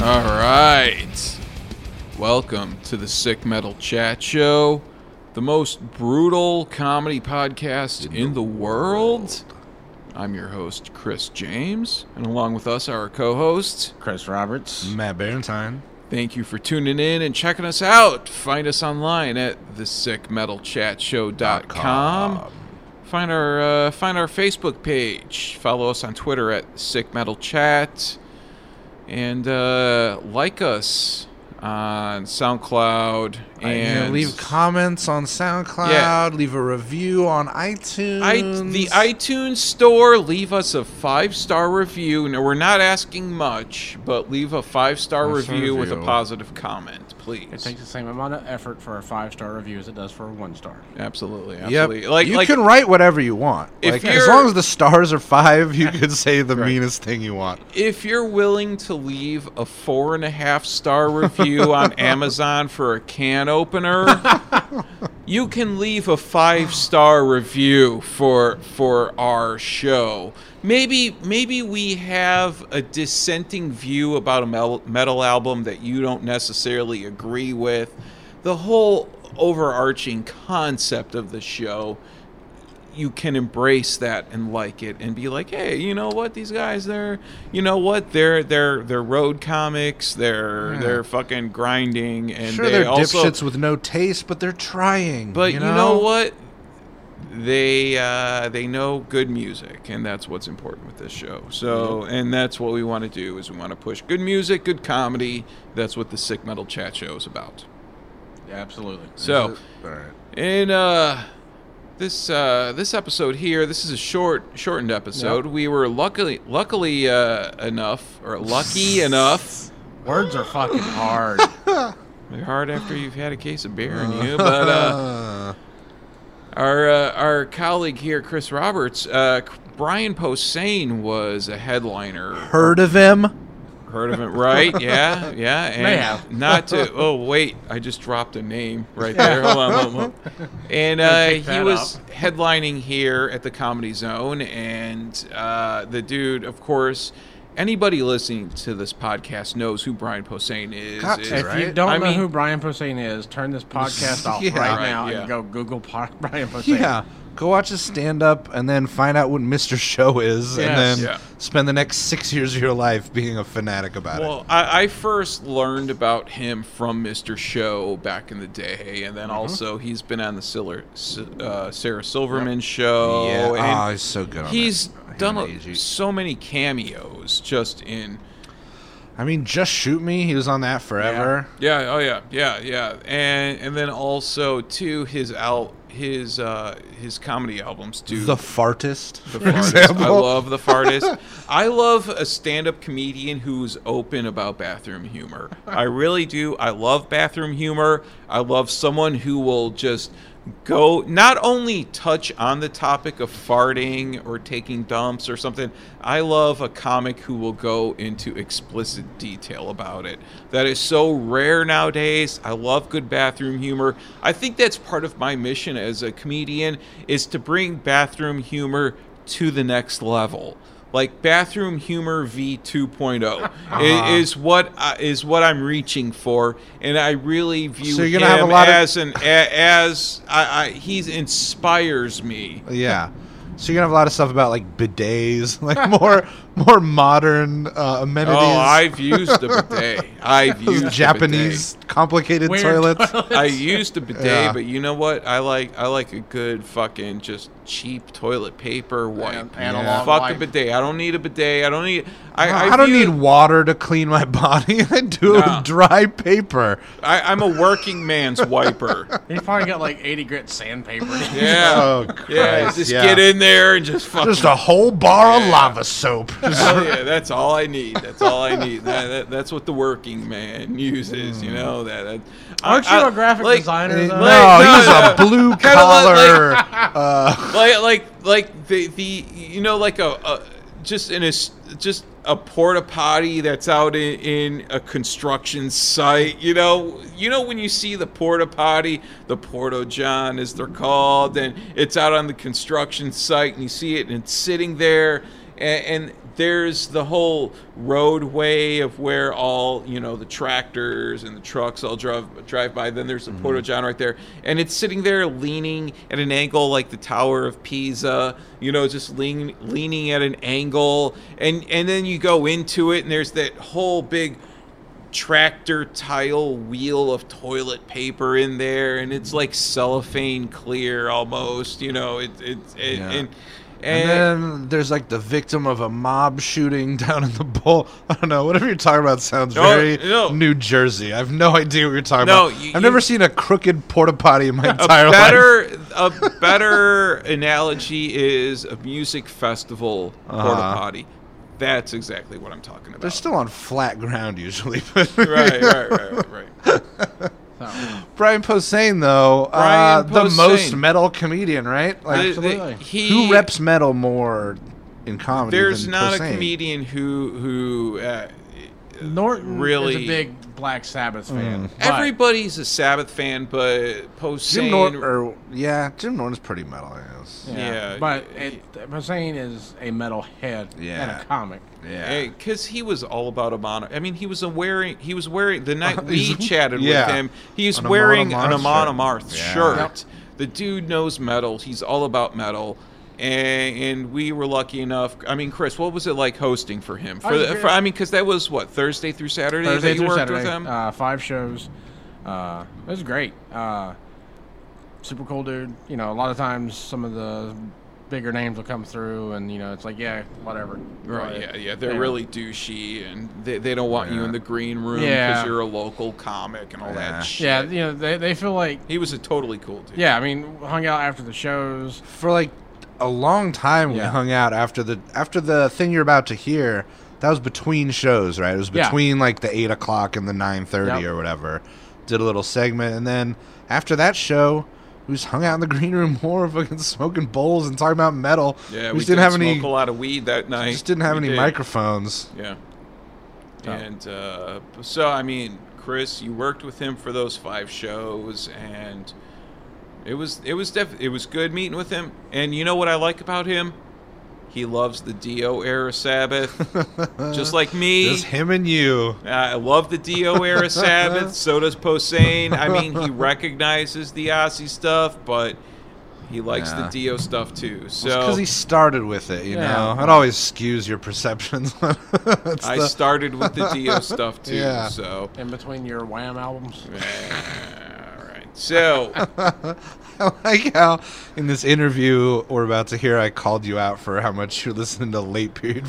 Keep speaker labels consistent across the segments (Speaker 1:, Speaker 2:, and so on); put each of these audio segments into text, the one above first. Speaker 1: All right. Welcome to the Sick Metal Chat Show, the most brutal comedy podcast in, the world. I'm your host, Chris James, and along with us are our co hosts.
Speaker 2: Chris
Speaker 1: Mm.
Speaker 2: Roberts.
Speaker 3: Matt Berentine.
Speaker 1: Thank you for tuning in and checking us out. Find us online at thesickmetalchatshow.com. Find our uh, find our Facebook page. Follow us on Twitter at Sick Metal Chat, and uh, like us on SoundCloud
Speaker 3: And
Speaker 1: and
Speaker 3: leave comments on SoundCloud.
Speaker 1: Yeah.
Speaker 3: Leave a review on iTunes.
Speaker 1: I, the iTunes store, leave us a five star review. No, we're not asking much, but leave a five star
Speaker 3: Five-star
Speaker 1: review with a
Speaker 3: review.
Speaker 1: positive comment, please.
Speaker 4: It takes the same amount of effort for a five star review as it does for a one star.
Speaker 1: absolutely,
Speaker 3: Yep.
Speaker 1: absolutely. Like,
Speaker 3: you
Speaker 1: like,
Speaker 3: can write whatever you want.
Speaker 1: If
Speaker 3: Like,
Speaker 1: you're-
Speaker 3: as long as the stars are five, you could say the meanest thing you want.
Speaker 1: if you're willing to leave a four and a half star review on Amazon for a can opener, you can leave a five star review for for our show. Maybe maybe we have a dissenting view about a mel- metal album that you don't necessarily agree with. The whole overarching concept of the show you can embrace that and like it and be like, hey, you know what? These guys, they're, you know what? They're they're they're road comics. They're they're fucking grinding, and
Speaker 3: sure,
Speaker 1: they
Speaker 3: they're
Speaker 1: also.
Speaker 3: dipshits with no taste, but they're trying.
Speaker 1: but you know, what? They uh, they know good music, and that's what's important with this show. So, and that's what we want to do is we want to push good music, good comedy. That's what the Sick Metal Chat Show is about.
Speaker 4: absolutely.
Speaker 1: So.
Speaker 3: All right.
Speaker 1: In uh, this uh, this episode here, this is a short shortened episode. We were luckily luckily uh, enough, or lucky enough.
Speaker 4: Words are fucking hard.
Speaker 1: They're hard after you've had a case of beer in you, but uh, our uh, our colleague here, Chris Roberts, uh, Brian Posehn was a headliner.
Speaker 3: Heard of him?
Speaker 1: Heard of it, right? Yeah, yeah. And
Speaker 4: May have.
Speaker 1: not to. Oh wait, I just dropped a name right there. Hold on, hold on, hold on. And uh,
Speaker 4: pick
Speaker 1: he
Speaker 4: that
Speaker 1: was
Speaker 4: up.
Speaker 1: headlining here at the Comedy Zone, and uh, the dude, of course, anybody listening to this podcast knows who Brian Posehn is.
Speaker 3: Got
Speaker 1: is-
Speaker 3: to,
Speaker 4: if you
Speaker 3: Right?
Speaker 4: don't
Speaker 1: I
Speaker 4: know
Speaker 1: mean-
Speaker 4: who Brian Posehn is, turn this podcast off
Speaker 3: Yeah.
Speaker 4: right,
Speaker 1: Right,
Speaker 4: now
Speaker 1: yeah.
Speaker 4: and go Google po- Brian Posehn.
Speaker 3: Yeah. Go watch his stand up and then find out what Mr. Show is and
Speaker 4: Yes.
Speaker 3: then
Speaker 1: Yeah.
Speaker 3: spend the next six years of your life being a fanatic about it.
Speaker 1: Well, I, I first learned about him from Mr. Show back in the day, and
Speaker 3: Mm-hmm.
Speaker 1: then also he's been on the Siller, S- uh, Sarah Silverman show. and-
Speaker 3: oh, he's so good on
Speaker 1: He's
Speaker 3: that.
Speaker 1: done
Speaker 3: Human
Speaker 1: a-
Speaker 3: Age.
Speaker 1: so many cameos just in
Speaker 3: I mean, Just Shoot Me. He was on that forever.
Speaker 1: yeah oh yeah yeah yeah and and then also too his al his uh his comedy albums too
Speaker 3: The Fartist.
Speaker 1: The
Speaker 3: for
Speaker 1: Fartist. I
Speaker 3: example.
Speaker 1: love the fartist. I love a stand-up comedian who's open about bathroom humor. I really do. I love bathroom humor. I love someone who will just go not only touch on the topic of farting or taking dumps or something. I love a comic who will go into explicit detail about it. That is so rare nowadays. I love good bathroom humor. I think that's part of my mission as a comedian is to bring bathroom humor to the next level. Like bathroom humor v 2.0
Speaker 3: Uh-huh.
Speaker 1: i- is what I, is what I'm reaching for, and I really view
Speaker 3: So you're
Speaker 1: him
Speaker 3: gonna have a lot of-
Speaker 1: as an a, as I, I, he inspires me.
Speaker 3: Yeah. So you're gonna have a lot of stuff about like bidets, like more more modern uh, amenities.
Speaker 1: Oh, I've used a bidet. I've
Speaker 3: Those
Speaker 1: used a bidet.
Speaker 3: Japanese complicated
Speaker 4: Weird
Speaker 3: toilets.
Speaker 1: I used a bidet,
Speaker 3: Yeah.
Speaker 1: but you know what? I like I like a good fucking just cheap toilet paper wipe.
Speaker 4: An-
Speaker 3: Yeah.
Speaker 4: analog
Speaker 1: Fuck
Speaker 4: wipe.
Speaker 1: a bidet. I don't need a bidet. I don't need. I,
Speaker 3: I,
Speaker 1: I,
Speaker 3: don't
Speaker 1: view-
Speaker 3: need water to clean my body. I do it
Speaker 1: Nah.
Speaker 3: with dry paper.
Speaker 1: I, I'm a working man's wiper.
Speaker 4: He's probably got like 80 grit sandpaper.
Speaker 1: Yeah.
Speaker 3: Oh, Christ,
Speaker 1: yeah. Just
Speaker 3: yeah.
Speaker 1: get in there and just fucking.
Speaker 3: Just a whole bar
Speaker 1: Yeah.
Speaker 3: of lava soap.
Speaker 1: Hell yeah, that's all I need. That's all I need. That, that, that's what the working man uses. You know that. that
Speaker 4: Aren't
Speaker 1: I-
Speaker 4: you
Speaker 1: I-
Speaker 4: a graphic
Speaker 1: like,
Speaker 4: designer,
Speaker 3: no,
Speaker 4: though?
Speaker 1: no,
Speaker 3: he's
Speaker 1: no.
Speaker 3: a blue
Speaker 1: Kinda
Speaker 3: collar.
Speaker 1: like-
Speaker 3: uh,
Speaker 1: like like like the the you know like a, a just in a s- just a porta potty that's out in, in a construction site you know you know when you see the porta potty the porto john as they're called and it's out on the construction site and you see it and it's sitting there and, and there's the whole roadway of where all you know the tractors and the trucks all drive drive by. Then
Speaker 3: Mm-hmm.
Speaker 1: there's the Porto John right there, and it's sitting there leaning at an angle like the Tower of Pisa. You know, just lean, leaning at an angle, and and then you go into it, and there's that whole big tractor tile wheel of toilet paper in there and it's like cellophane clear almost you know it, it, it
Speaker 3: Yeah.
Speaker 1: and,
Speaker 3: And
Speaker 1: and
Speaker 3: then there's like the victim of a mob shooting down in the bowl. I don't know. Whatever you're talking about sounds
Speaker 1: No,
Speaker 3: very
Speaker 1: no.
Speaker 3: New Jersey. I have no idea what you're talking
Speaker 1: No,
Speaker 3: about.
Speaker 1: you-
Speaker 3: I've never
Speaker 1: you-
Speaker 3: seen a crooked porta potty in my
Speaker 1: a
Speaker 3: entire life.
Speaker 1: better a better analogy is a music festival porta
Speaker 3: Uh-huh.
Speaker 1: potty that's exactly what i'm talking about
Speaker 3: They're still on flat ground usually. But
Speaker 1: right right right right, right.
Speaker 4: So,
Speaker 3: Brian Posehn though, uh,
Speaker 1: Brian
Speaker 3: the most
Speaker 1: Posehn.
Speaker 3: metal comedian, right? Like,
Speaker 1: The- the-
Speaker 4: Absolutely.
Speaker 1: he,
Speaker 3: who reps metal more in comedy?
Speaker 1: there's
Speaker 3: than
Speaker 1: not
Speaker 3: Posehn?
Speaker 1: a comedian who who uh,
Speaker 4: Norton
Speaker 1: Really- Mm.
Speaker 4: is a big Black Sabbath fan. but
Speaker 1: everybody's a sabbath fan but post
Speaker 3: Jim Norton, or yeah, Jim Norton's pretty metal. I guess.
Speaker 4: yeah,
Speaker 1: yeah.
Speaker 4: but it, Hussein is a metalhead and
Speaker 3: Yeah.
Speaker 4: a comic.
Speaker 3: Yeah.
Speaker 1: because he was all about a mono. I mean, he was a wearing. He was wearing the night we
Speaker 3: He's-
Speaker 1: chatted
Speaker 3: yeah.
Speaker 1: with him. He's
Speaker 3: An Amon
Speaker 1: wearing an
Speaker 3: Amarth
Speaker 1: Amon
Speaker 3: shirt.
Speaker 1: Amarth
Speaker 3: Yeah.
Speaker 1: shirt.
Speaker 4: Yep.
Speaker 1: The dude knows metal. He's all about metal. And, and we were lucky enough. I mean, Chris, what was it like hosting for him? For,
Speaker 4: was
Speaker 1: the,
Speaker 4: great.
Speaker 1: for I mean, because that was what Thursday through Saturday that
Speaker 4: Thursday
Speaker 1: you
Speaker 4: through
Speaker 1: worked
Speaker 4: Saturday,
Speaker 1: with him.
Speaker 4: Uh, five shows. Uh, it was great. Uh, super cool dude. You know, a lot of times some of the bigger names will come through, and you know, it's like, yeah, whatever.
Speaker 1: Right, yeah, yeah. They're
Speaker 4: Yeah.
Speaker 1: really douchey, and they, they don't want you
Speaker 3: Yeah.
Speaker 1: in the green room because
Speaker 4: Yeah.
Speaker 1: you're a local comic and all
Speaker 3: Yeah.
Speaker 1: that shit.
Speaker 4: Yeah, you know, they, they feel like,
Speaker 1: He was a totally cool dude.
Speaker 4: yeah, I mean, hung out after the shows.
Speaker 3: for like a long time we
Speaker 4: Yeah.
Speaker 3: hung out after the after the thing you're about to hear that was between shows right it was
Speaker 4: Yeah.
Speaker 3: between like the 8 o'clock and the 9.30
Speaker 4: Yep.
Speaker 3: or whatever did a little segment and then after that show we just hung out in the green room more fucking smoking bowls and talking about metal
Speaker 1: Yeah,
Speaker 3: we, just didn't have
Speaker 1: smoke
Speaker 3: any
Speaker 1: a lot of weed that night.
Speaker 3: just didn't have
Speaker 1: We
Speaker 3: any
Speaker 1: did.
Speaker 3: microphones
Speaker 1: Yeah.
Speaker 4: Oh.
Speaker 1: And uh, so, I mean, Chris, you worked with him for those five shows, and it was it was def- it was good meeting with him. And you know what I like about him? He loves the Dio era Sabbath, just like me.
Speaker 3: just him and you
Speaker 1: Uh, I love the Dio era Sabbath. So does Posehn. I mean, he recognizes the Aussie stuff, but he likes
Speaker 3: Yeah.
Speaker 1: the Dio stuff too. So
Speaker 3: because he started with it you
Speaker 4: Yeah.
Speaker 3: know it always skews your perceptions It's
Speaker 1: I
Speaker 3: the-
Speaker 1: started with the Dio stuff too.
Speaker 3: Yeah.
Speaker 1: So
Speaker 4: In between your Wham albums,
Speaker 1: all right. So
Speaker 3: I like how in this interview we're about to hear, I called you out for how much you listened to late period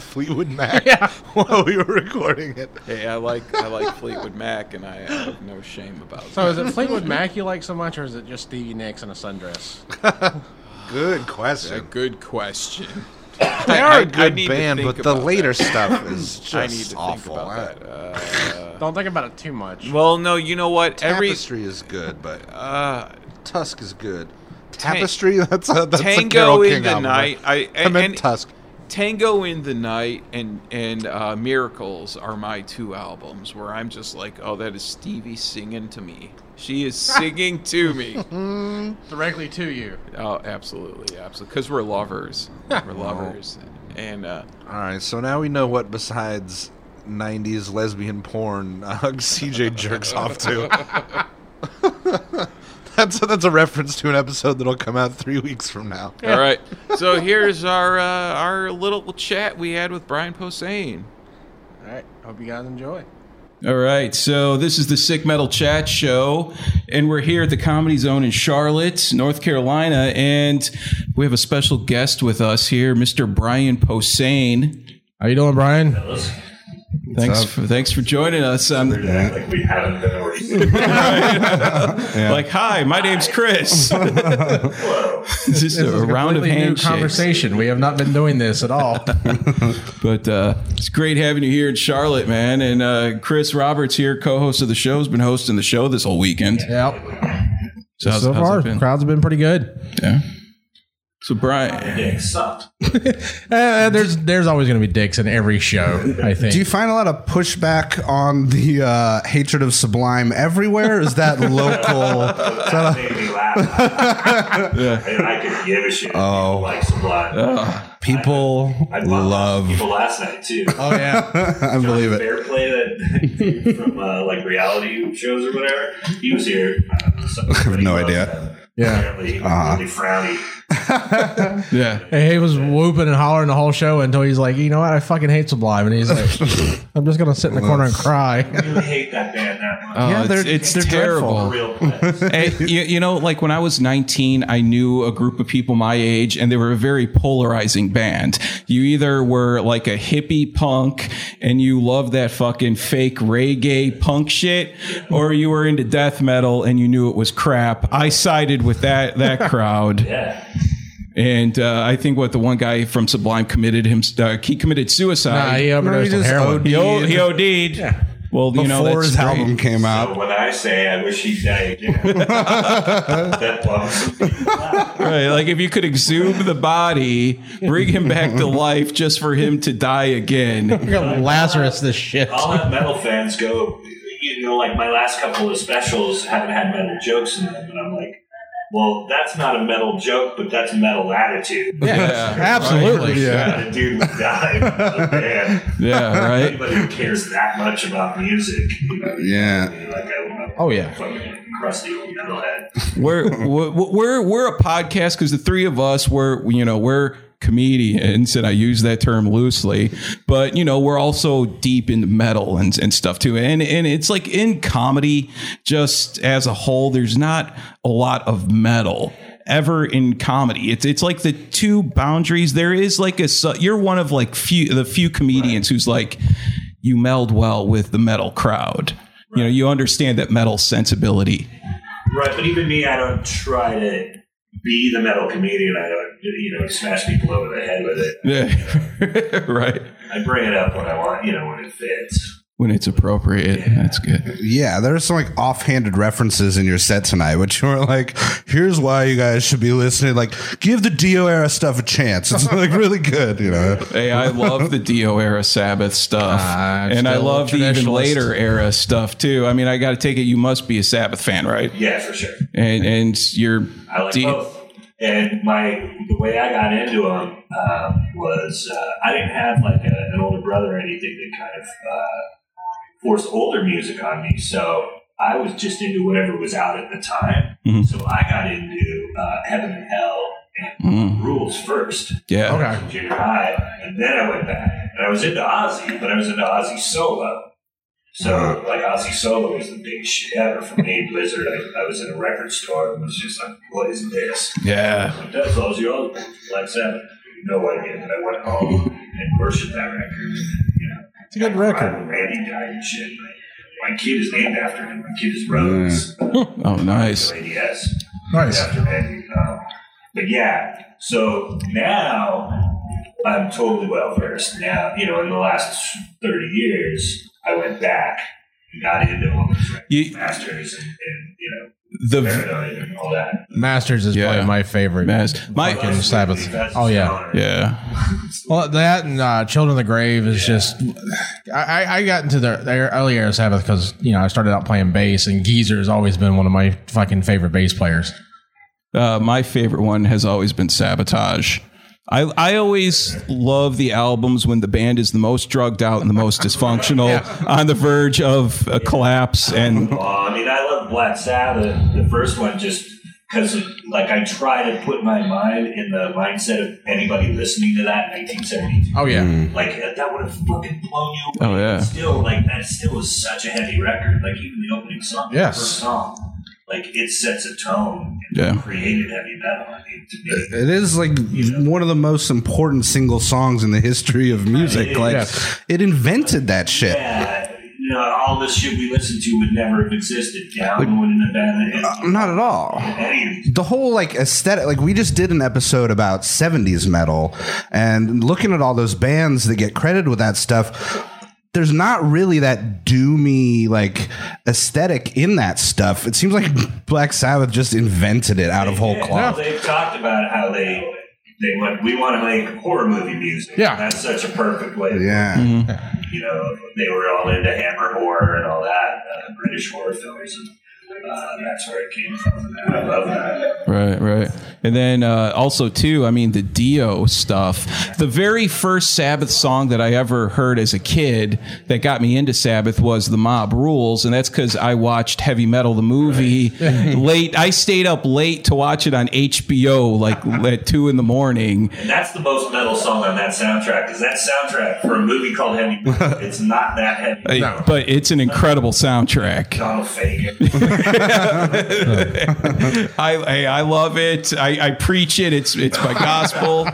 Speaker 3: Fleetwood Mac
Speaker 4: Yeah.
Speaker 3: while we were recording it.
Speaker 1: hey, I like I like Fleetwood Mac, and I have no shame about it.
Speaker 4: so is it Fleetwood Mac you like so much, or is it just Stevie Nicks in a sundress?
Speaker 3: Good
Speaker 1: a
Speaker 3: question.
Speaker 1: good question.
Speaker 3: They
Speaker 1: I-
Speaker 3: are
Speaker 1: I
Speaker 3: a good
Speaker 1: need to
Speaker 3: band,
Speaker 1: think
Speaker 3: but the
Speaker 1: about
Speaker 3: later
Speaker 1: that.
Speaker 3: stuff is just
Speaker 1: I need to
Speaker 3: awful.
Speaker 1: think about that. Uh,
Speaker 4: Don't think about it too much.
Speaker 1: well, no, you know what? Every
Speaker 3: Tapestry is good, but
Speaker 1: uh,
Speaker 3: Tusk is good. Tapestry? That's a that's a
Speaker 1: Tango
Speaker 3: Carole
Speaker 1: in
Speaker 3: King
Speaker 1: the
Speaker 3: album.
Speaker 1: night. I,
Speaker 3: I
Speaker 1: and,
Speaker 3: meant
Speaker 1: and
Speaker 3: Tusk.
Speaker 1: Tango in the night and and uh, Miracles are my two albums where I'm just like, oh, that is Stevie singing to me. She is singing to me.
Speaker 4: Directly to you.
Speaker 1: Oh, absolutely, absolutely. Because we're lovers. We're lovers. And uh,
Speaker 3: All right, so now we know what besides 90s lesbian porn uh, CJ jerks off to. that's that's a reference to an episode that'll come out 3 weeks from now.
Speaker 1: all right, so here's our uh, our little chat we had with Brian Posehn.
Speaker 4: All right. Hope you guys enjoy.
Speaker 2: All right, so this is the Sick Metal Chat Show, and we're here at the Comedy Zone in Charlotte, North Carolina, and we have a special guest with us here, Mr. Brian Posehn.
Speaker 5: How you doing, Brian?
Speaker 2: Thanks
Speaker 5: up?
Speaker 2: for thanks for joining us. I'm
Speaker 6: act like we haven't been overseas.
Speaker 2: like, hi, my name's Chris. It's Just a round of
Speaker 5: Completely new
Speaker 2: handshakes.
Speaker 5: conversation. We have not been doing this at all.
Speaker 2: But uh, it's great having you here in Charlotte, man. And uh, Chris Roberts here, co-host of the show, has been hosting the show this whole weekend.
Speaker 5: yep.
Speaker 2: So, how's-
Speaker 5: so
Speaker 2: how's it
Speaker 5: far,
Speaker 2: been?
Speaker 5: crowd's been pretty good.
Speaker 2: Yeah. So Brian,
Speaker 6: Dick sucked.
Speaker 5: Uh, there's there's always going to be dicks in every show. I think.
Speaker 7: Do you find a lot of pushback on the uh, hatred of Sublime everywhere? Is that local?
Speaker 6: That made me laugh. I, mean, I could give a shit. Oh, like Sublime.
Speaker 7: People
Speaker 6: I bought
Speaker 7: love.
Speaker 6: people last night too.
Speaker 5: oh yeah.
Speaker 7: I believe it.
Speaker 6: Fair play that dude from uh, like reality shows or whatever. He was here. I don't know, something
Speaker 7: have no
Speaker 6: about
Speaker 7: idea. Uh-huh.
Speaker 6: that.
Speaker 5: Yeah.
Speaker 6: Apparently, he was really frowny.
Speaker 2: yeah,
Speaker 5: And he was whooping and hollering the whole show until he's like, you know what? I fucking hate Sublime, and he's like, I'm just gonna sit in the corner and cry.
Speaker 6: I really hate that band that much.
Speaker 2: Oh,
Speaker 7: Yeah,
Speaker 2: it's-
Speaker 7: they're-
Speaker 2: it's,
Speaker 7: they're
Speaker 2: terrible.
Speaker 6: Real play.
Speaker 2: Hey, you, you know, like when I was 19, I knew a group of people my age, and they were a very polarizing band. You either were like a hippie punk and you loved that fucking fake reggae punk shit, or you were into death metal and you knew it was crap. I sided with that that crowd,
Speaker 6: Yeah.
Speaker 2: and uh, I think what the one guy from Sublime committed him uh, he committed
Speaker 5: Nah,
Speaker 2: suicide.
Speaker 5: he uh, overdosed on
Speaker 7: just
Speaker 5: heroin.
Speaker 7: OD'd
Speaker 2: he, o- he OD'd. Well, you know
Speaker 7: Before
Speaker 2: that's
Speaker 7: his
Speaker 2: great.
Speaker 7: album came
Speaker 6: So
Speaker 7: out,
Speaker 6: when I say I wish he died, yeah. that bums me.
Speaker 2: Right, like if you could exhume the body, bring him back to life just for him to die again.
Speaker 5: You're gonna Lazarus this shit.
Speaker 6: I'll have metal fans go, you know, like my last couple of specials haven't had metal jokes in them. And I'm like, well, that's not a metal joke, but that's metal attitude.
Speaker 5: Absolutely.
Speaker 6: Yeah. The dude would die. without a band.
Speaker 2: Yeah, right?
Speaker 6: Anybody who cares that much about music. you know,
Speaker 7: yeah,
Speaker 6: Like I,
Speaker 5: Oh, yeah.
Speaker 6: Fucking crusty old metalhead.
Speaker 2: We're we're we're, we're a podcast because the three of us were you know we're comedians and I use that term loosely, but you know we're also deep into metal and and stuff too. And and it's like in comedy, just as a whole, there's not a lot of metal ever in comedy. It's it's like the two boundaries. There is like a su- you're one of like few the few comedians who's like you meld well with the metal crowd. You know, you understand that metal sensibility.
Speaker 6: Right, but even me, I don't try to be the metal comedian. I don't, you know, smash people over the head with it.
Speaker 2: Yeah. right.
Speaker 6: I bring it up when I want, you know, when it fits.
Speaker 2: When it's appropriate. That's good.
Speaker 7: yeah. There are some like offhanded references in your set tonight, which were like, "Here's why you guys should be listening." Like, give the Dio era stuff a chance. It's like really good, you know.
Speaker 2: Hey, I love the Dio era Sabbath stuff.
Speaker 5: Ah,
Speaker 2: and I
Speaker 5: still
Speaker 2: love the even
Speaker 5: traditionalist.
Speaker 2: later era stuff too. I mean, I got to take it you must be a Sabbath fan, right?
Speaker 6: Yeah, for sure.
Speaker 2: And and you're
Speaker 6: I like
Speaker 2: do you-
Speaker 6: both. And my the way I got into them um, was uh, I didn't have like a, an older brother or anything that kind of uh, forced older music on me, so I was just into whatever was out at the time.
Speaker 2: Mhm.
Speaker 6: So I got into uh, Heaven and Hell and
Speaker 2: Mm,
Speaker 6: Rules first.
Speaker 2: yeah.
Speaker 5: Okay.
Speaker 6: in junior high, and then I went back, and I was into Ozzy, but I was into Ozzy solo. So
Speaker 2: Uh-huh.
Speaker 6: like Ozzy solo was the big shit ever for me. Blizzard, I, I was in a record store and was just like, "What is this?"
Speaker 2: Yeah.
Speaker 6: Like, That's Ozzy Osbourne, Led Zeppelin. No idea, but I went home and worshipped that record. You know, it's
Speaker 5: a good record.
Speaker 6: Randy died and shit. My, my kid is named after him. My kid is Rhodes.
Speaker 2: Oh, nice.
Speaker 6: Yes.
Speaker 5: Nice.
Speaker 6: After Eddie. Um, but yeah, so now I'm totally well versed. Now, you know, in the last 30 years, I went back and got into all those right,
Speaker 2: You,
Speaker 6: masters and, and, you know,
Speaker 2: the
Speaker 6: paranoid and all that.
Speaker 5: Masters is
Speaker 2: Yeah.
Speaker 5: probably my favorite.
Speaker 2: Mas- my-
Speaker 5: fucking Sabbath. Oh yeah.
Speaker 2: yeah.
Speaker 5: Well, that and uh, Children of the Grave is just. I, I- I got into the, the early era of Sabbath because you know I started out playing bass, and Geezer has always been one of my fucking favorite bass players.
Speaker 2: Uh, my favorite one has always been Sabotage. I, I always love the albums when the band is the most drugged out and the most dysfunctional, on the verge of a collapse, and
Speaker 6: Oh, I mean, I love Black Sabbath, the first one, just because, like, I try to put my mind in the mindset of anybody listening to that in 1972.
Speaker 5: Oh yeah,
Speaker 6: Like uh, that would have fucking blown you away.
Speaker 2: Oh, yeah.
Speaker 6: Still, like that still is such a heavy record. Like even the opening song, the
Speaker 5: Yes.
Speaker 6: first song, like it sets a tone and
Speaker 2: Yeah.
Speaker 6: created heavy metal. I mean, to me,
Speaker 7: It is like one of the most important single songs in the history of music. Like,
Speaker 5: Yes.
Speaker 7: it invented that shit.
Speaker 6: yeah, you know, all this shit we listen to would never have existed. Down wouldn't have been
Speaker 3: Uh,
Speaker 6: in
Speaker 7: Not at all.
Speaker 6: any
Speaker 7: the whole like aesthetic like we just did an episode about 70s metal and looking at all those bands that get credited with that stuff there's not really that doomy like aesthetic in that stuff it seems like black sabbath just invented it out of whole
Speaker 6: Yeah,
Speaker 7: cloth
Speaker 6: They've talked about how they they went, we want to make horror movie music.
Speaker 4: Yeah.
Speaker 6: That's such a perfect way.
Speaker 3: Yeah.
Speaker 6: You know, they were all into Hammer horror and all that, uh, British horror films. And, uh, that's where it came from. And I love that.
Speaker 2: Right, right. And then uh, also too, I mean the Dio stuff. The very first Sabbath song that I ever heard as a kid that got me into Sabbath was "The Mob Rules," and that's because I watched Heavy Metal the movie late. I stayed up late to watch it on HBO, like at two in the morning.
Speaker 6: And that's the most metal song on that soundtrack, is that soundtrack for a movie called Heavy Metal. it's not that heavy.
Speaker 2: But it's an incredible soundtrack.
Speaker 6: Donald Fagen.
Speaker 2: I I, I love it. I, I preach it. It's it's my gospel.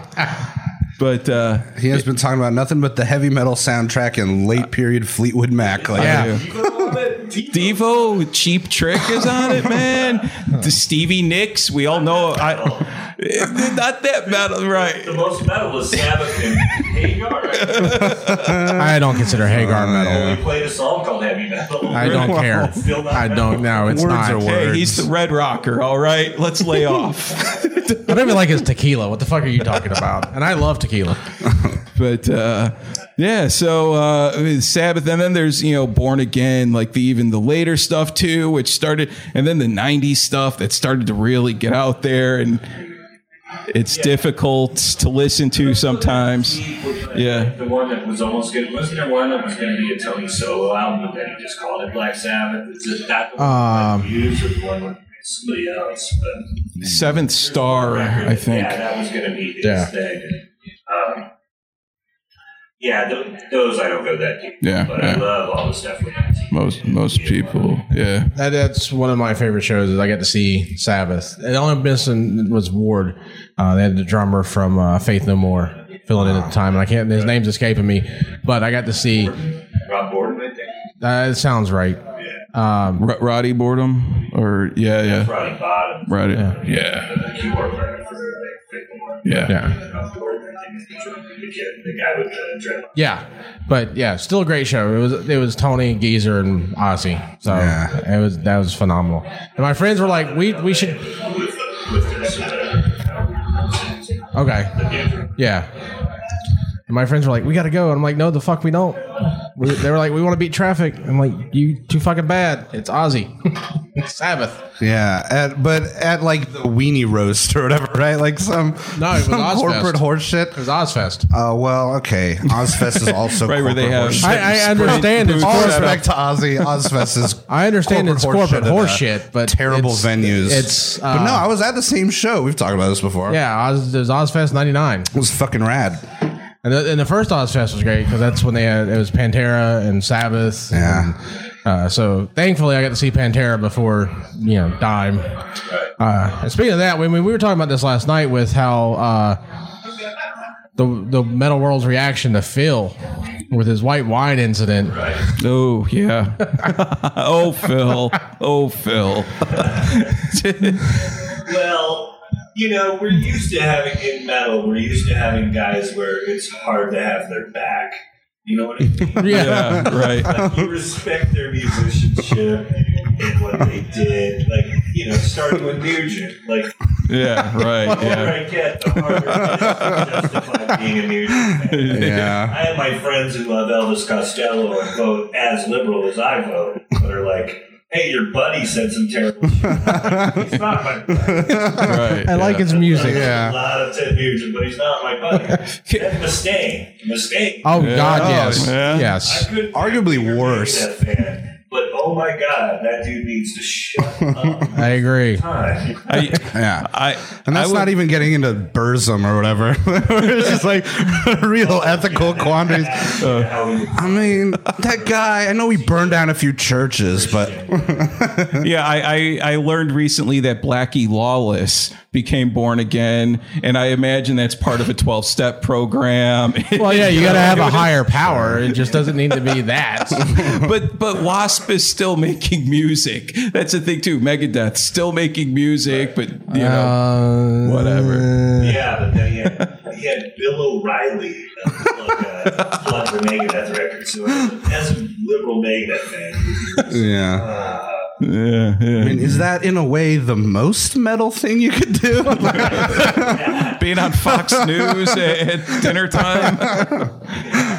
Speaker 2: But uh,
Speaker 3: He has been talking about nothing but the heavy metal soundtrack and late period Fleetwood Mac. Like,
Speaker 4: Yeah.
Speaker 2: Devo Cheap Trick is on it, man. The Stevie Nicks, we all know. I, not that metal,
Speaker 6: The
Speaker 2: right?
Speaker 6: most metal is Sabbath and Hagar.
Speaker 4: I don't consider Hagar metal.
Speaker 6: We played a song called Heavy Metal.
Speaker 4: I don't care.
Speaker 6: Still not
Speaker 4: I don't know. It's
Speaker 3: Words
Speaker 4: not.
Speaker 3: are words.
Speaker 2: Hey, he's the Red Rocker. All right, let's lay off.
Speaker 4: I don't even like his tequila. What the fuck are you talking about? And I love tequila.
Speaker 2: but uh, yeah, so uh, I mean, Sabbath, and then there's you know Born Again, like the even the later stuff too, which started, and then the '90s stuff that started to really get out there, and it's difficult to listen to sometimes. Yeah.
Speaker 6: The one that was almost good. Wasn't there one that was going to be a Tony solo album, but then he just called it Black Sabbath? Is it that the one
Speaker 4: Um,
Speaker 6: that you used or the one with somebody else? But
Speaker 2: Seventh Star, I think.
Speaker 6: Yeah, that was going to be his
Speaker 4: Yeah.
Speaker 6: thing. Um, yeah, th- those I don't go that deep.
Speaker 2: Yeah,
Speaker 6: But
Speaker 2: yeah.
Speaker 6: I love all the stuff with that.
Speaker 2: Most most people, yeah.
Speaker 4: That, that's one of my favorite shows. Is I get to see Sabbath. And the only missing was Ward. Uh, they had the drummer from uh, Faith No More filling in at
Speaker 5: Ah,
Speaker 4: the time, and I can't. His name's escaping me, but I got to see.
Speaker 6: Rob Gordon, I think.
Speaker 4: Uh, it sounds right. Um,
Speaker 2: R- Roddy boredom, or yeah, yeah,
Speaker 6: Probably Bottom.
Speaker 2: Roddy, yeah,
Speaker 6: The keyboard player for like, Faith No More.
Speaker 2: yeah.
Speaker 4: yeah,
Speaker 6: Rob Gordon, I think, is the kid, the guy with the dreadlocks.
Speaker 4: yeah, but yeah, still a great show. It was it was Tony Geezer and Ozzy, so it was that was phenomenal. And my friends were like, we we should okay, yeah. And my friends were like, we got to go, and I'm like, no, the fuck, we don't. We, they were like, we want to beat traffic. I'm like, you too fucking bad. It's Ozzy, It's Sabbath.
Speaker 3: yeah. At, but at like the weenie roast or whatever, right? Like some,
Speaker 4: No, it was
Speaker 3: some
Speaker 4: Ozfest.
Speaker 3: corporate horse shit.
Speaker 4: It was Ozfest.
Speaker 3: Uh, well, okay. Ozfest is also
Speaker 2: Right where they
Speaker 3: corporate
Speaker 2: have-
Speaker 3: horse shit.
Speaker 4: I, I understand it's
Speaker 3: All
Speaker 4: corporate.
Speaker 3: respect to Ozzy, Ozfest is.
Speaker 4: I understand it's corporate
Speaker 3: and, uh,
Speaker 4: horse shit, but
Speaker 3: terrible
Speaker 4: it's-
Speaker 3: venues.
Speaker 4: It's uh,
Speaker 3: but no, I was at the same show. We've talked about this before.
Speaker 4: Yeah, Oz, there's Ozfest '99,
Speaker 3: it was fucking rad.
Speaker 4: and the, and the first Ozfest was great because that's when they had it was Pantera and Sabbath.
Speaker 3: Yeah.
Speaker 4: And, uh, so thankfully, I got to see Pantera before you know Dime. Uh, and speaking of that, when we, we were talking about this last night with how uh, the the metal world's reaction to Phil with his white wine incident.
Speaker 2: Oh yeah. oh Phil. Oh Phil.
Speaker 6: Well, you know, we're used to having in metal, we're used to having guys where it's hard to have their back. You know what I mean?
Speaker 4: Yeah.
Speaker 2: yeah. Right.
Speaker 6: Like, you respect their musicianship and what they did. Like, you know, starting with Nugent. Like,
Speaker 2: Yeah. Right.
Speaker 6: the older
Speaker 2: Yeah.
Speaker 6: I get, the harder it is to justify being a Nugent fan.
Speaker 3: Yeah.
Speaker 6: I have my friends who love Elvis Costello and vote as liberal as I vote, but are like, hey, your buddy said some terrible shit. He's not my buddy.
Speaker 2: Right.
Speaker 4: I like
Speaker 2: yeah.
Speaker 4: his music.
Speaker 6: A lot of Ted Nugent, but he's not my buddy. Ted Mustaine. Mustaine.
Speaker 4: Oh God,
Speaker 2: Oh,
Speaker 4: yes,
Speaker 2: yeah.
Speaker 6: I
Speaker 4: yes.
Speaker 6: could
Speaker 3: Arguably
Speaker 6: be a
Speaker 3: worse.
Speaker 6: That fan, but oh my god, that dude needs to shut up.
Speaker 4: I agree.
Speaker 6: Time.
Speaker 2: I,
Speaker 3: Yeah.
Speaker 2: I.
Speaker 3: And
Speaker 2: I
Speaker 3: that's
Speaker 2: would-
Speaker 3: not even getting into Burzum or whatever. it's just like real ethical quandaries.
Speaker 2: Uh.
Speaker 6: How he-
Speaker 3: I mean, that guy, I know he burned down a few churches, but
Speaker 2: Yeah, I, I, I learned recently that Blackie Lawless became born again, and I imagine that's part of a twelve step program.
Speaker 4: Well, yeah, you got to have a higher power. It just doesn't need to be that.
Speaker 2: but but Wasp is still making music. That's the thing too. Megadeth still making music, but you know
Speaker 4: Uh,
Speaker 2: whatever.
Speaker 6: Yeah, but then he had, he had Bill O'Reilly uh, plug, uh, plug the Megadeth record. So as a, as a liberal Megadeth fan,
Speaker 3: yeah.
Speaker 6: uh,
Speaker 2: Yeah, yeah.
Speaker 7: I mean, is that in a way the most metal thing you could do?
Speaker 4: uh,
Speaker 2: being on Fox News at dinner time,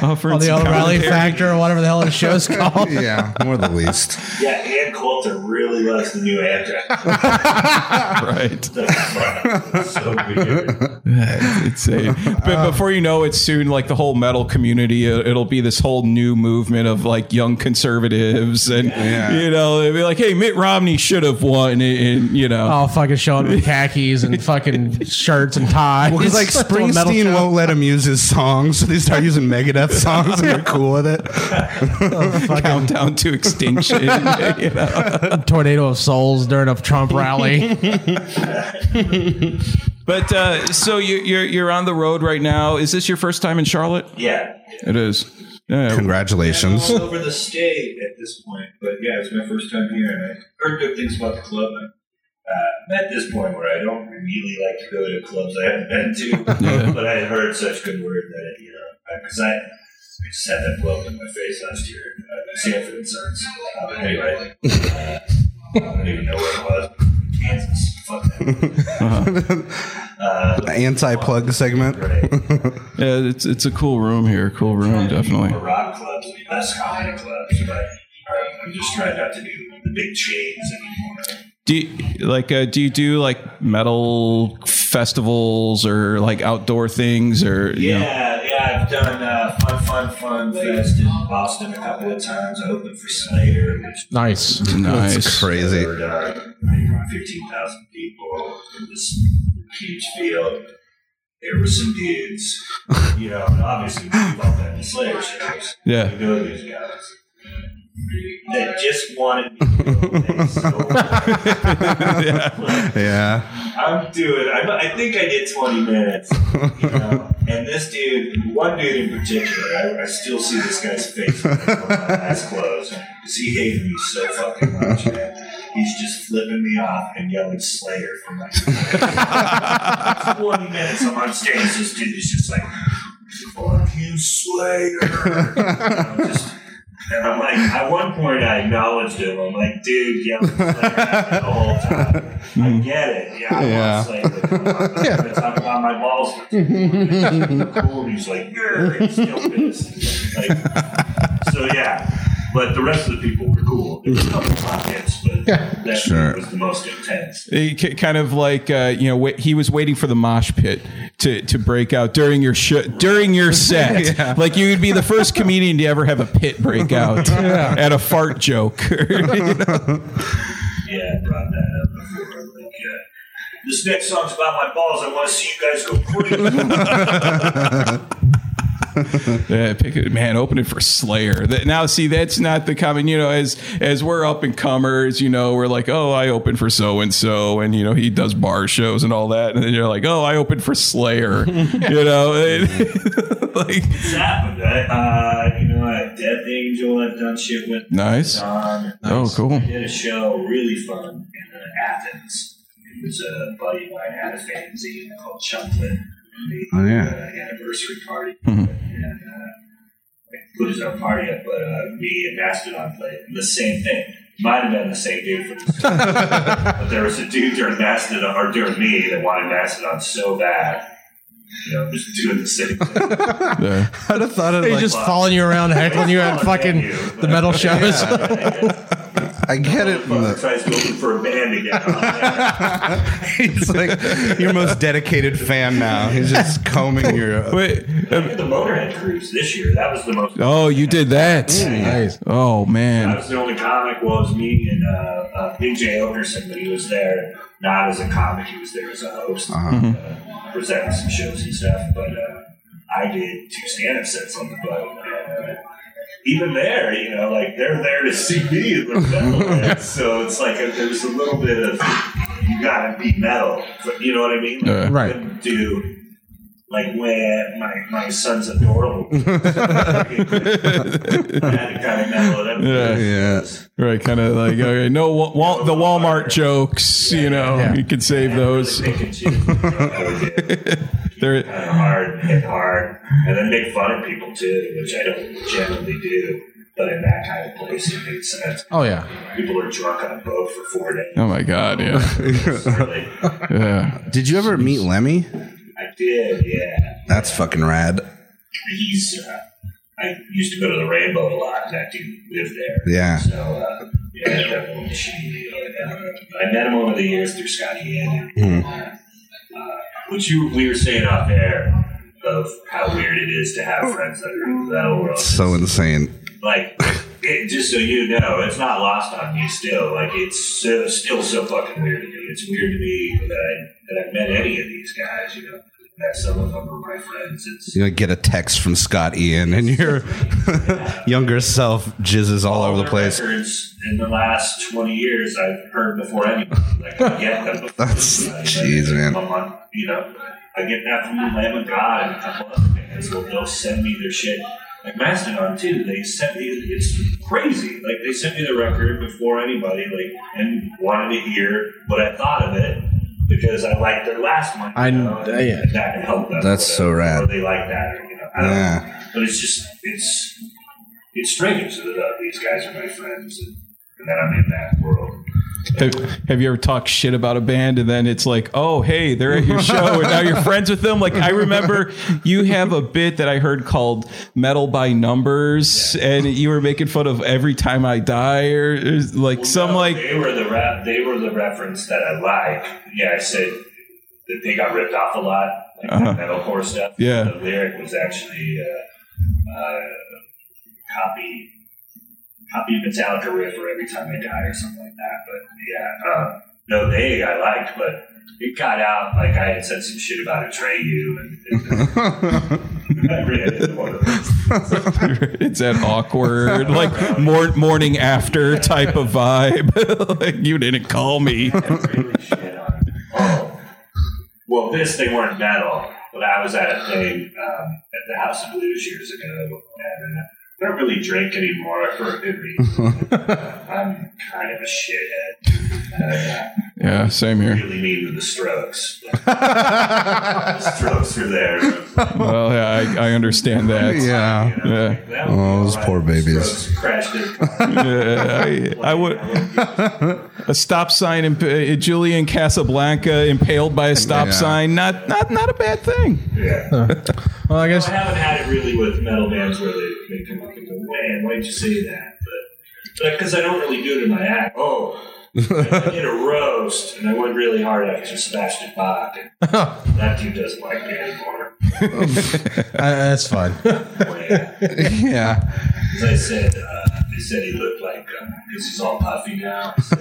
Speaker 2: offering
Speaker 5: On the
Speaker 2: some
Speaker 5: old rally
Speaker 2: commentary.
Speaker 5: factor or whatever the hell the show's called.
Speaker 7: yeah, more the least.
Speaker 6: Yeah, Ann Coulter really loves the new Amtrak.
Speaker 2: right?
Speaker 6: so weird.
Speaker 2: It's a, but before you know it, soon like the whole metal community, uh, it'll be this whole new movement of like young conservatives, and you know they'll be like, "Hey, Mitt Romney should have won," and, and, you know,
Speaker 5: All fucking showing with khakis and fucking shirts and ties.
Speaker 7: Well, because like
Speaker 5: To a metal
Speaker 7: Springsteen
Speaker 5: show.
Speaker 7: won't let him use his songs, so they start using Megadeth songs, and they're cool with it.
Speaker 2: countdown to extinction. you know.
Speaker 5: tornado of souls during a Trump rally.
Speaker 2: But uh, so you, you're you're on the road right now. Is this your first time in Charlotte?
Speaker 6: Yeah.
Speaker 2: It is. Yeah.
Speaker 7: Congratulations.
Speaker 6: All over the state at this point, but yeah, it's my first time here, and I heard good things about the club. I'm, uh, I'm at this point where I don't really like to go to clubs I haven't been to, but I had heard such good word that you know, because I, I just had that blow up in my face last year, uh, Sanford and Sons. Uh, but anyway, uh, I don't even know where it was. Kansas, fuck that. Uh,
Speaker 7: Anti plug segment.
Speaker 6: right.
Speaker 2: Yeah, it's it's a cool room here. Cool room, definitely.
Speaker 6: Or rock clubs, and less comedy clubs, but uh, I'm just trying not to do the big chains anymore.
Speaker 2: Do you, like uh, do you do like metal festivals or like outdoor things or you know?
Speaker 6: Yeah, yeah, I've done uh, Fun Fun Fun Fest in Boston a couple of times. I opened for Slayer, which
Speaker 5: nice.
Speaker 2: Nice.
Speaker 7: Crazy.
Speaker 6: covered uh, around 15,000 people in this huge field. There were some dudes, you know, and obviously we've all been to Slayer shows.
Speaker 2: Yeah.
Speaker 6: You know these guys. That just wanted me to go away so bad.
Speaker 7: Yeah.
Speaker 6: I'm doing. I, I think I did 20 minutes. You know? and this dude, one dude in particular, I, I still see this guy's face when my eyes closed because he hated me so fucking much. Man. He's just flipping me off and yelling Slayer for like 20 minutes. I'm on stage. This dude is just like, "Fuck you, Slayer." And I'm just. And I'm like, at one point I acknowledged him. I'm like, dude, yelling Slayer at me the whole time. I get it. Yeah, I
Speaker 7: Yeah.
Speaker 6: want Slayer. to come on. I'm gonna talk about my balls. cool. And he's like, "Grr," and still pissed. Like, so yeah. But the rest of the people were cool. There was a couple of pockets, but that dude was the most intense.
Speaker 2: He ki- kind of like uh, you know wait, he was waiting for the mosh pit to, to break out during your sh- during your set. Like you would be the first comedian to ever have a pit breakout at a fart joke.
Speaker 6: Yeah, I brought that up before. Like, uh, this next song's about my balls. I want to see you guys go crazy.
Speaker 2: Yeah, pick it, man. Open it for Slayer. That, now, see, that's not the common. You know, as as we're up and comers, you know, we're like, oh, I open for so and so, and you know, he does bar shows and all that, and then you're like, oh, I open for Slayer. you know, it- like
Speaker 6: it's happened. Right? Uh, you know, I Death Angel. I've done shit with.
Speaker 5: Hmm.
Speaker 2: nice.
Speaker 6: Don.
Speaker 2: Oh, cool.
Speaker 6: I did a show really fun in uh, Athens. It was a buddy of mine had a fanzine called Chunklet.
Speaker 7: Oh, yeah.
Speaker 6: Uh, anniversary party.
Speaker 5: Hmm.
Speaker 6: And uh, I put his own party up, but uh, me and Mastodon played the same thing. Might have been the same dude for this. but there was a dude during Mastodon, or during me, that wanted Mastodon so bad. You know, just doing the same thing.
Speaker 2: There.
Speaker 7: I'd have thought it
Speaker 5: He's
Speaker 7: like,
Speaker 5: just following you around, heckling you at fucking the metal shows.
Speaker 7: I get it. in
Speaker 6: Fucker
Speaker 7: the-
Speaker 6: tries to open for a band again.
Speaker 7: He's like your most dedicated fan now. He's just combing your.
Speaker 2: Wait. uh,
Speaker 6: the Motorhead cruise this year. That was the most.
Speaker 2: Oh, you did that. Nice. Oh
Speaker 6: I
Speaker 2: man.
Speaker 6: was the only comic. Well, it was me and uh, uh, Big J Ogerson, but he was there not as a comic. He was there as a host,
Speaker 2: Uh-huh.
Speaker 6: uh, presenting some shows and stuff. But uh, I did two stand-up sets on the boat. And, uh, even there, you know, like they're there to see me, and they're metal, so it's like a, there's a little bit of you gotta be metal, but you know what I mean? Like,
Speaker 2: Yeah.
Speaker 5: Right.
Speaker 6: couldn't Do like when my my son's adorable. I had to kind of mellow it up.
Speaker 2: Yeah.
Speaker 7: Yeah.
Speaker 2: Right. Kind of like okay. No, wa- wa- the Walmart jokes. You know, you could save those.
Speaker 6: Really pick and choose. I would get
Speaker 2: There.
Speaker 6: kinda hard, hit hard, and then make fun of people too, which I don't generally do. but in that kind of place, it made sense.
Speaker 5: Oh yeah.
Speaker 6: People are drunk on a boat for four days.
Speaker 2: Oh my god, yeah.
Speaker 6: Really.
Speaker 2: yeah.
Speaker 7: Did you ever meet Lemmy?
Speaker 6: I did, yeah.
Speaker 7: That's fucking rad.
Speaker 6: He's. Uh, I used to go to the Rainbow a lot. and That dude lived there.
Speaker 7: Yeah.
Speaker 6: So uh, yeah, that little machine deal. And, uh, I met him over the years through Scotty Ann.
Speaker 7: Hmm.
Speaker 6: Uh, which you we were saying off air of how weird it is to have friends that are in that world.
Speaker 7: So insane.
Speaker 6: like it, just so you know, it's not lost on me still. Like it's so, still so fucking weird to me. It's weird to me that I that I've met any of these guys. You know, that some of them are my friends. It's
Speaker 7: You know, get a text from Scott Ian and your younger self jizzes all over the
Speaker 6: their
Speaker 7: place.
Speaker 6: Records in the last twenty years, I've heard before anyone. Like I get them. Before
Speaker 7: That's-
Speaker 6: anybody.
Speaker 7: jeez, man.
Speaker 6: I'm on- you know, I get that from the Lamb of God and a couple other bands. They'll, they'll send me their shit. Like Mastodon too, they sent me. It's crazy. Like they sent me the record before anybody. Like and wanted to hear what I thought of it. Because I liked their last one, you
Speaker 5: I-
Speaker 6: know, and
Speaker 5: yeah.
Speaker 6: that can help them.
Speaker 7: That's so
Speaker 6: whatever,
Speaker 7: rad.
Speaker 6: Or they like that, or, you know, I don't
Speaker 7: Yeah.
Speaker 6: know. But it's just it's it's strange that uh, these guys are my friends and, and that I'm in that world.
Speaker 2: Have, have you ever talked shit about a band and then it's like, oh, hey, they're at your show and now you're friends with them? Like, I remember you have a bit that I heard called Metal by Numbers and you were making fun of Every Time I Die or, or like some
Speaker 6: No,
Speaker 2: like,
Speaker 6: they were the rap, they were the reference that I like. Yeah, I said that they got ripped off a lot, like the metalcore stuff.
Speaker 2: Uh-huh. Yeah.
Speaker 6: the lyric was actually uh, uh, copy copy Metallica riff or Every Time I Die or something like that. But yeah, uh, no, they I liked, but it got out like I had said some shit about Atreyu and. and I really didn't want to-
Speaker 2: it's that awkward, like mor- morning after type of vibe. like, you didn't call me.
Speaker 6: really shit on it. Oh. Well, this they weren't metal, but I was at a thing um, at the House of Blues years ago, and uh, I don't really drink anymore for a good reason. I'm kind of a shithead. And
Speaker 2: Yeah, same
Speaker 6: I
Speaker 2: here.
Speaker 6: really mean to the Strokes. the Strokes are there.
Speaker 2: Well, yeah, I, I understand that.
Speaker 7: Yeah.
Speaker 2: Yeah.
Speaker 6: That would
Speaker 7: Oh,
Speaker 6: be
Speaker 7: those
Speaker 6: all right.
Speaker 7: poor babies.
Speaker 6: Strokes crashed their car.
Speaker 2: Yeah, I, I would a stop sign in uh, Julian Casablanca impaled by a stop
Speaker 7: Yeah.
Speaker 2: sign. Not not not a bad thing.
Speaker 6: Yeah.
Speaker 5: Well, I guess
Speaker 6: I haven't had it really with metal bands where they, they come up and go, man, why'd you say that? But because I don't really do it in my act. Oh, I did a roast and I went really hard after Sebastian Bach, and that dude doesn't like me anymore.
Speaker 5: uh, that's fine.
Speaker 6: Because
Speaker 7: Yeah.
Speaker 6: I said, uh, they said he looked like, because he's all puffy now, so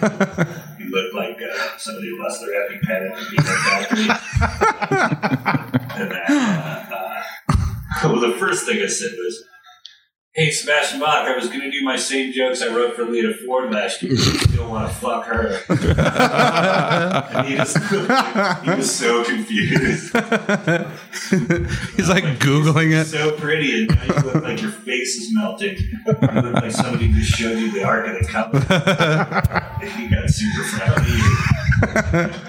Speaker 6: he looked like uh, somebody who lost their EpiPen at the peanut factory. and that, uh, uh, well, the first thing I said was, "Hey, Sebastian Bach, I was going to do my same jokes I wrote for Lita Ford last year. but You don't want to fuck her." and he just he was so confused.
Speaker 7: He's like Googling it.
Speaker 6: So pretty, and now you look like your face is melting. You look like somebody who showed you the Ark of the Covenant. and he got super frowny.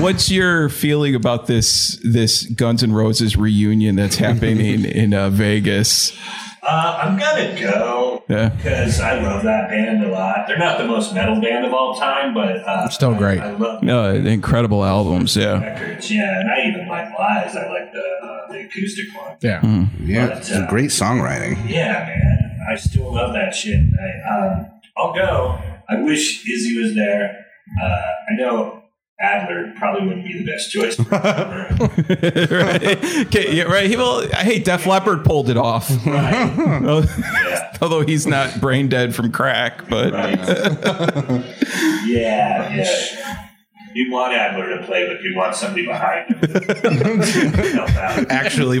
Speaker 2: What's your feeling about this this Guns N' Roses reunion that's happening in uh, Vegas?
Speaker 6: Uh, I'm gonna go
Speaker 2: Yeah.
Speaker 6: because I love that band a lot. They're not the most metal band of all time, but uh,
Speaker 5: Still great.
Speaker 6: I love
Speaker 2: No, incredible albums. Yeah,
Speaker 6: records. Yeah, and I even like Lies. I like the uh, the acoustic one.
Speaker 5: Yeah.
Speaker 7: Yeah. It's great songwriting.
Speaker 6: Yeah, man, I still love that shit. I, um, I'll go. I wish Izzy was there. Uh, I know Adler probably wouldn't be the best choice. For a drummer.
Speaker 2: right. Okay, yeah, right. He will. Hey, Def Leppard pulled it off,
Speaker 6: right. Yeah.
Speaker 2: although he's not brain dead from crack. But
Speaker 6: Right. yeah, yeah. You want Adler to play, but you want somebody behind him. to help out.
Speaker 7: Actually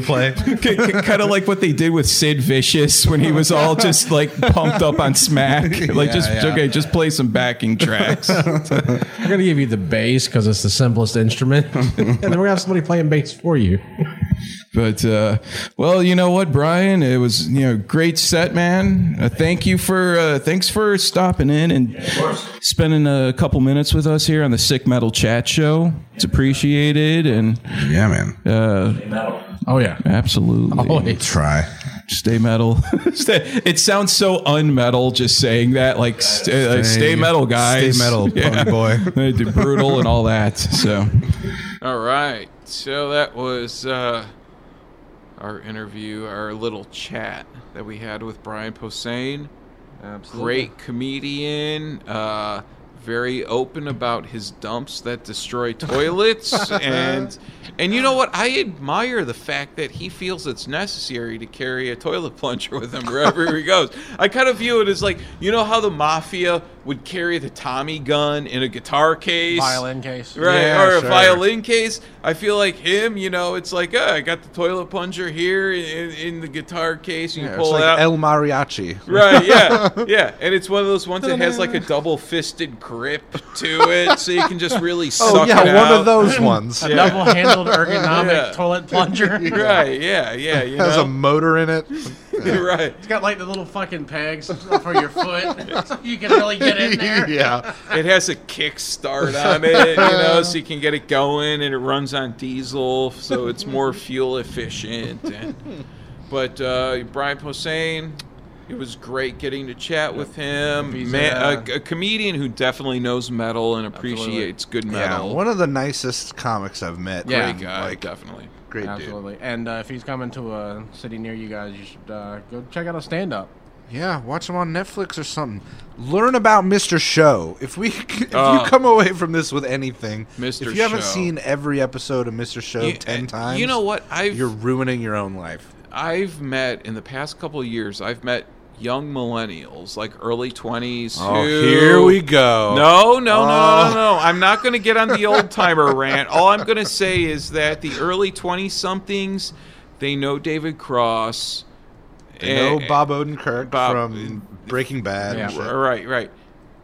Speaker 7: play.
Speaker 2: kind of like what they did with Sid Vicious when he was all just like pumped up on smack. Like just
Speaker 7: yeah.
Speaker 2: okay, just play some backing tracks.
Speaker 5: We're gonna give you the bass because it's the simplest instrument, and then we're gonna have somebody playing bass for you.
Speaker 2: but uh, well, you know what, Brian? It was you know great set, man. Uh, thank you for uh, thanks for stopping in and spending a couple minutes with us here on the Sick Metal Chat Show. It's appreciated and
Speaker 7: Yeah, man.
Speaker 2: uh,
Speaker 6: Metal.
Speaker 5: Oh yeah.
Speaker 7: Oh.
Speaker 2: absolutely.
Speaker 5: Always.
Speaker 7: Try.
Speaker 2: Stay metal. Stay- it sounds so unmetal just saying that. Like, stay, like, stay metal, guys.
Speaker 7: Stay metal, pony boy.
Speaker 2: They do brutal and all that. So,
Speaker 1: All right. So that was uh, our interview, our little chat that we had with Brian Posehn.
Speaker 4: Absolutely.
Speaker 1: Great comedian. Uh, very open about his dumps that destroy toilets and and you know what i admire the fact that he feels it's necessary to carry a toilet plunger with him wherever he goes i kind of view it as like you know how the mafia would carry the tommy gun in a guitar case
Speaker 4: Violin case.
Speaker 1: right
Speaker 3: Yeah,
Speaker 1: or a
Speaker 3: sure.
Speaker 1: violin case i feel like him you know it's like oh, i got the toilet plunger here in, in the guitar case and you
Speaker 3: Yeah, it's
Speaker 1: pull it
Speaker 3: like
Speaker 1: out
Speaker 3: El Mariachi.
Speaker 1: right yeah yeah and it's one of those ones that has like a double fisted grip to it so you can just really suck
Speaker 3: Oh yeah,
Speaker 1: it
Speaker 3: one
Speaker 1: out.
Speaker 3: of those ones.
Speaker 4: A double-handled ergonomic
Speaker 1: Yeah.
Speaker 4: toilet plunger.
Speaker 1: right yeah yeah you
Speaker 3: Has a
Speaker 1: know
Speaker 3: motor in it.
Speaker 1: right
Speaker 4: It's got like the little fucking pegs for your foot, so you can really get in there.
Speaker 3: yeah.
Speaker 1: it has a kickstart on it you know so you can get it going and it runs on diesel so it's more fuel efficient and but uh, brian posehn it was great getting to chat with him
Speaker 4: He's,
Speaker 1: Man,
Speaker 4: uh,
Speaker 1: a, a comedian who definitely knows metal and appreciates good
Speaker 3: Yeah,
Speaker 1: metal
Speaker 3: one of the nicest comics I've met.
Speaker 4: Yeah.
Speaker 1: great guy
Speaker 3: like,
Speaker 1: definitely
Speaker 3: great dude.
Speaker 4: Absolutely. And uh, if he's coming to a city near you guys, you should uh, go check out a stand-up.
Speaker 3: Yeah, watch him on Netflix or something. Learn about Mr. Show. If we, if
Speaker 1: Oh.
Speaker 3: you come away from this with anything,
Speaker 1: Mr.
Speaker 3: If you haven't
Speaker 1: Show.
Speaker 3: seen every episode of Mr. Show
Speaker 1: You-
Speaker 3: oh, ten times,
Speaker 1: You know what? I've
Speaker 3: You're ruining your own life.
Speaker 1: I've met in the past couple of years. I've met young millennials, like early twenties.
Speaker 3: Oh,
Speaker 1: who,
Speaker 3: here we go.
Speaker 1: No, no, no, no,
Speaker 3: Oh.
Speaker 1: no, no. I'm not going to get on the old timer rant. All I'm going to say is that the early twenty somethings, they know David Cross.
Speaker 3: no
Speaker 1: eh,
Speaker 3: Bob Odenkirk
Speaker 1: Bob-
Speaker 3: from Breaking Bad. and
Speaker 4: Yeah.
Speaker 3: shit.
Speaker 1: Right, right.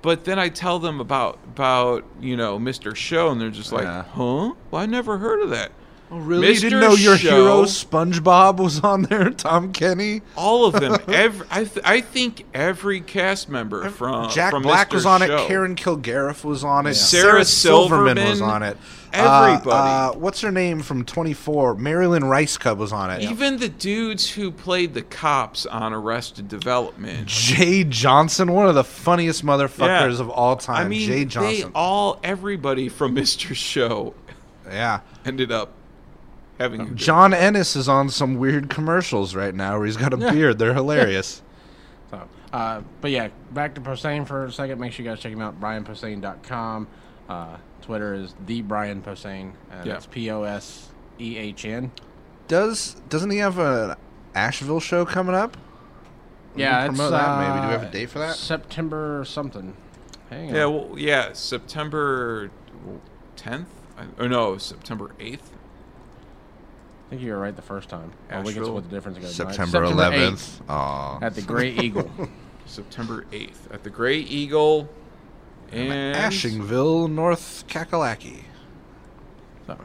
Speaker 1: But then I tell them about about you know Mr. Show, and they're just like,
Speaker 3: Yeah.
Speaker 1: "Huh? Well, I never heard of that."
Speaker 3: Oh, really? You
Speaker 1: Mr.
Speaker 3: didn't know your
Speaker 1: Show-
Speaker 3: hero SpongeBob was on there. Tom Kenny.
Speaker 1: All of them. Every, I, th- I think every cast member from
Speaker 3: Jack
Speaker 1: uh, from
Speaker 3: Black
Speaker 1: Mr.
Speaker 3: was on
Speaker 1: Show.
Speaker 3: it. Karen Kilgariff was on it.
Speaker 1: Sarah Silverman,
Speaker 3: was on it. Uh,
Speaker 1: everybody.
Speaker 3: Uh, what's her name from 24? Marilyn Rice Cub was on it.
Speaker 1: Even the dudes who played the cops on Arrested Development.
Speaker 3: Jay Johnson, one of the funniest motherfuckers
Speaker 1: Yeah.
Speaker 3: of all time.
Speaker 1: I mean,
Speaker 3: Jay
Speaker 1: they
Speaker 3: Johnson.
Speaker 1: all, everybody from Mr. Show
Speaker 3: yeah.
Speaker 1: ended up having a good-
Speaker 3: John Ennis is on some weird commercials right now where he's got a beard. They're hilarious.
Speaker 4: So, uh, but yeah, back to Posehn for a second. Make sure you guys check him out. BrianPosehn.com. Uh, Twitter is the Brian Posehn. And
Speaker 1: Yeah.
Speaker 4: It's P O S E H N.
Speaker 3: Does doesn't he have an Asheville show coming up?
Speaker 4: Yeah,
Speaker 3: can
Speaker 4: it's,
Speaker 3: promote that, maybe. Do we have a
Speaker 4: uh,
Speaker 3: date for that?
Speaker 4: September something. Hang on.
Speaker 1: Yeah, well, yeah, September 10th? I- Or no, September 8th?
Speaker 4: I think you were right the first time. Oh, we can
Speaker 1: Asheville.
Speaker 4: split the difference. again, right?
Speaker 3: September
Speaker 4: 8th
Speaker 3: 11th. Aw.
Speaker 4: At the Gray Eagle.
Speaker 1: September 8th at the Gray Eagle. And
Speaker 3: Ashingville, North Kakalaki.
Speaker 4: So,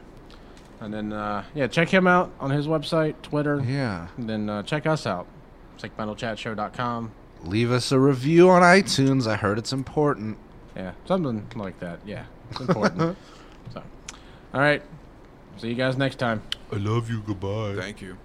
Speaker 4: and then uh, yeah, check him out on his website, Twitter.
Speaker 3: Yeah.
Speaker 4: And then uh, check us out, sickmetalchatshow.com.
Speaker 3: Leave us a review on iTunes. I heard it's important.
Speaker 4: Yeah, something like that. Yeah, it's important. so, all right. See you guys next time.
Speaker 3: I love you. Goodbye.
Speaker 1: Thank you.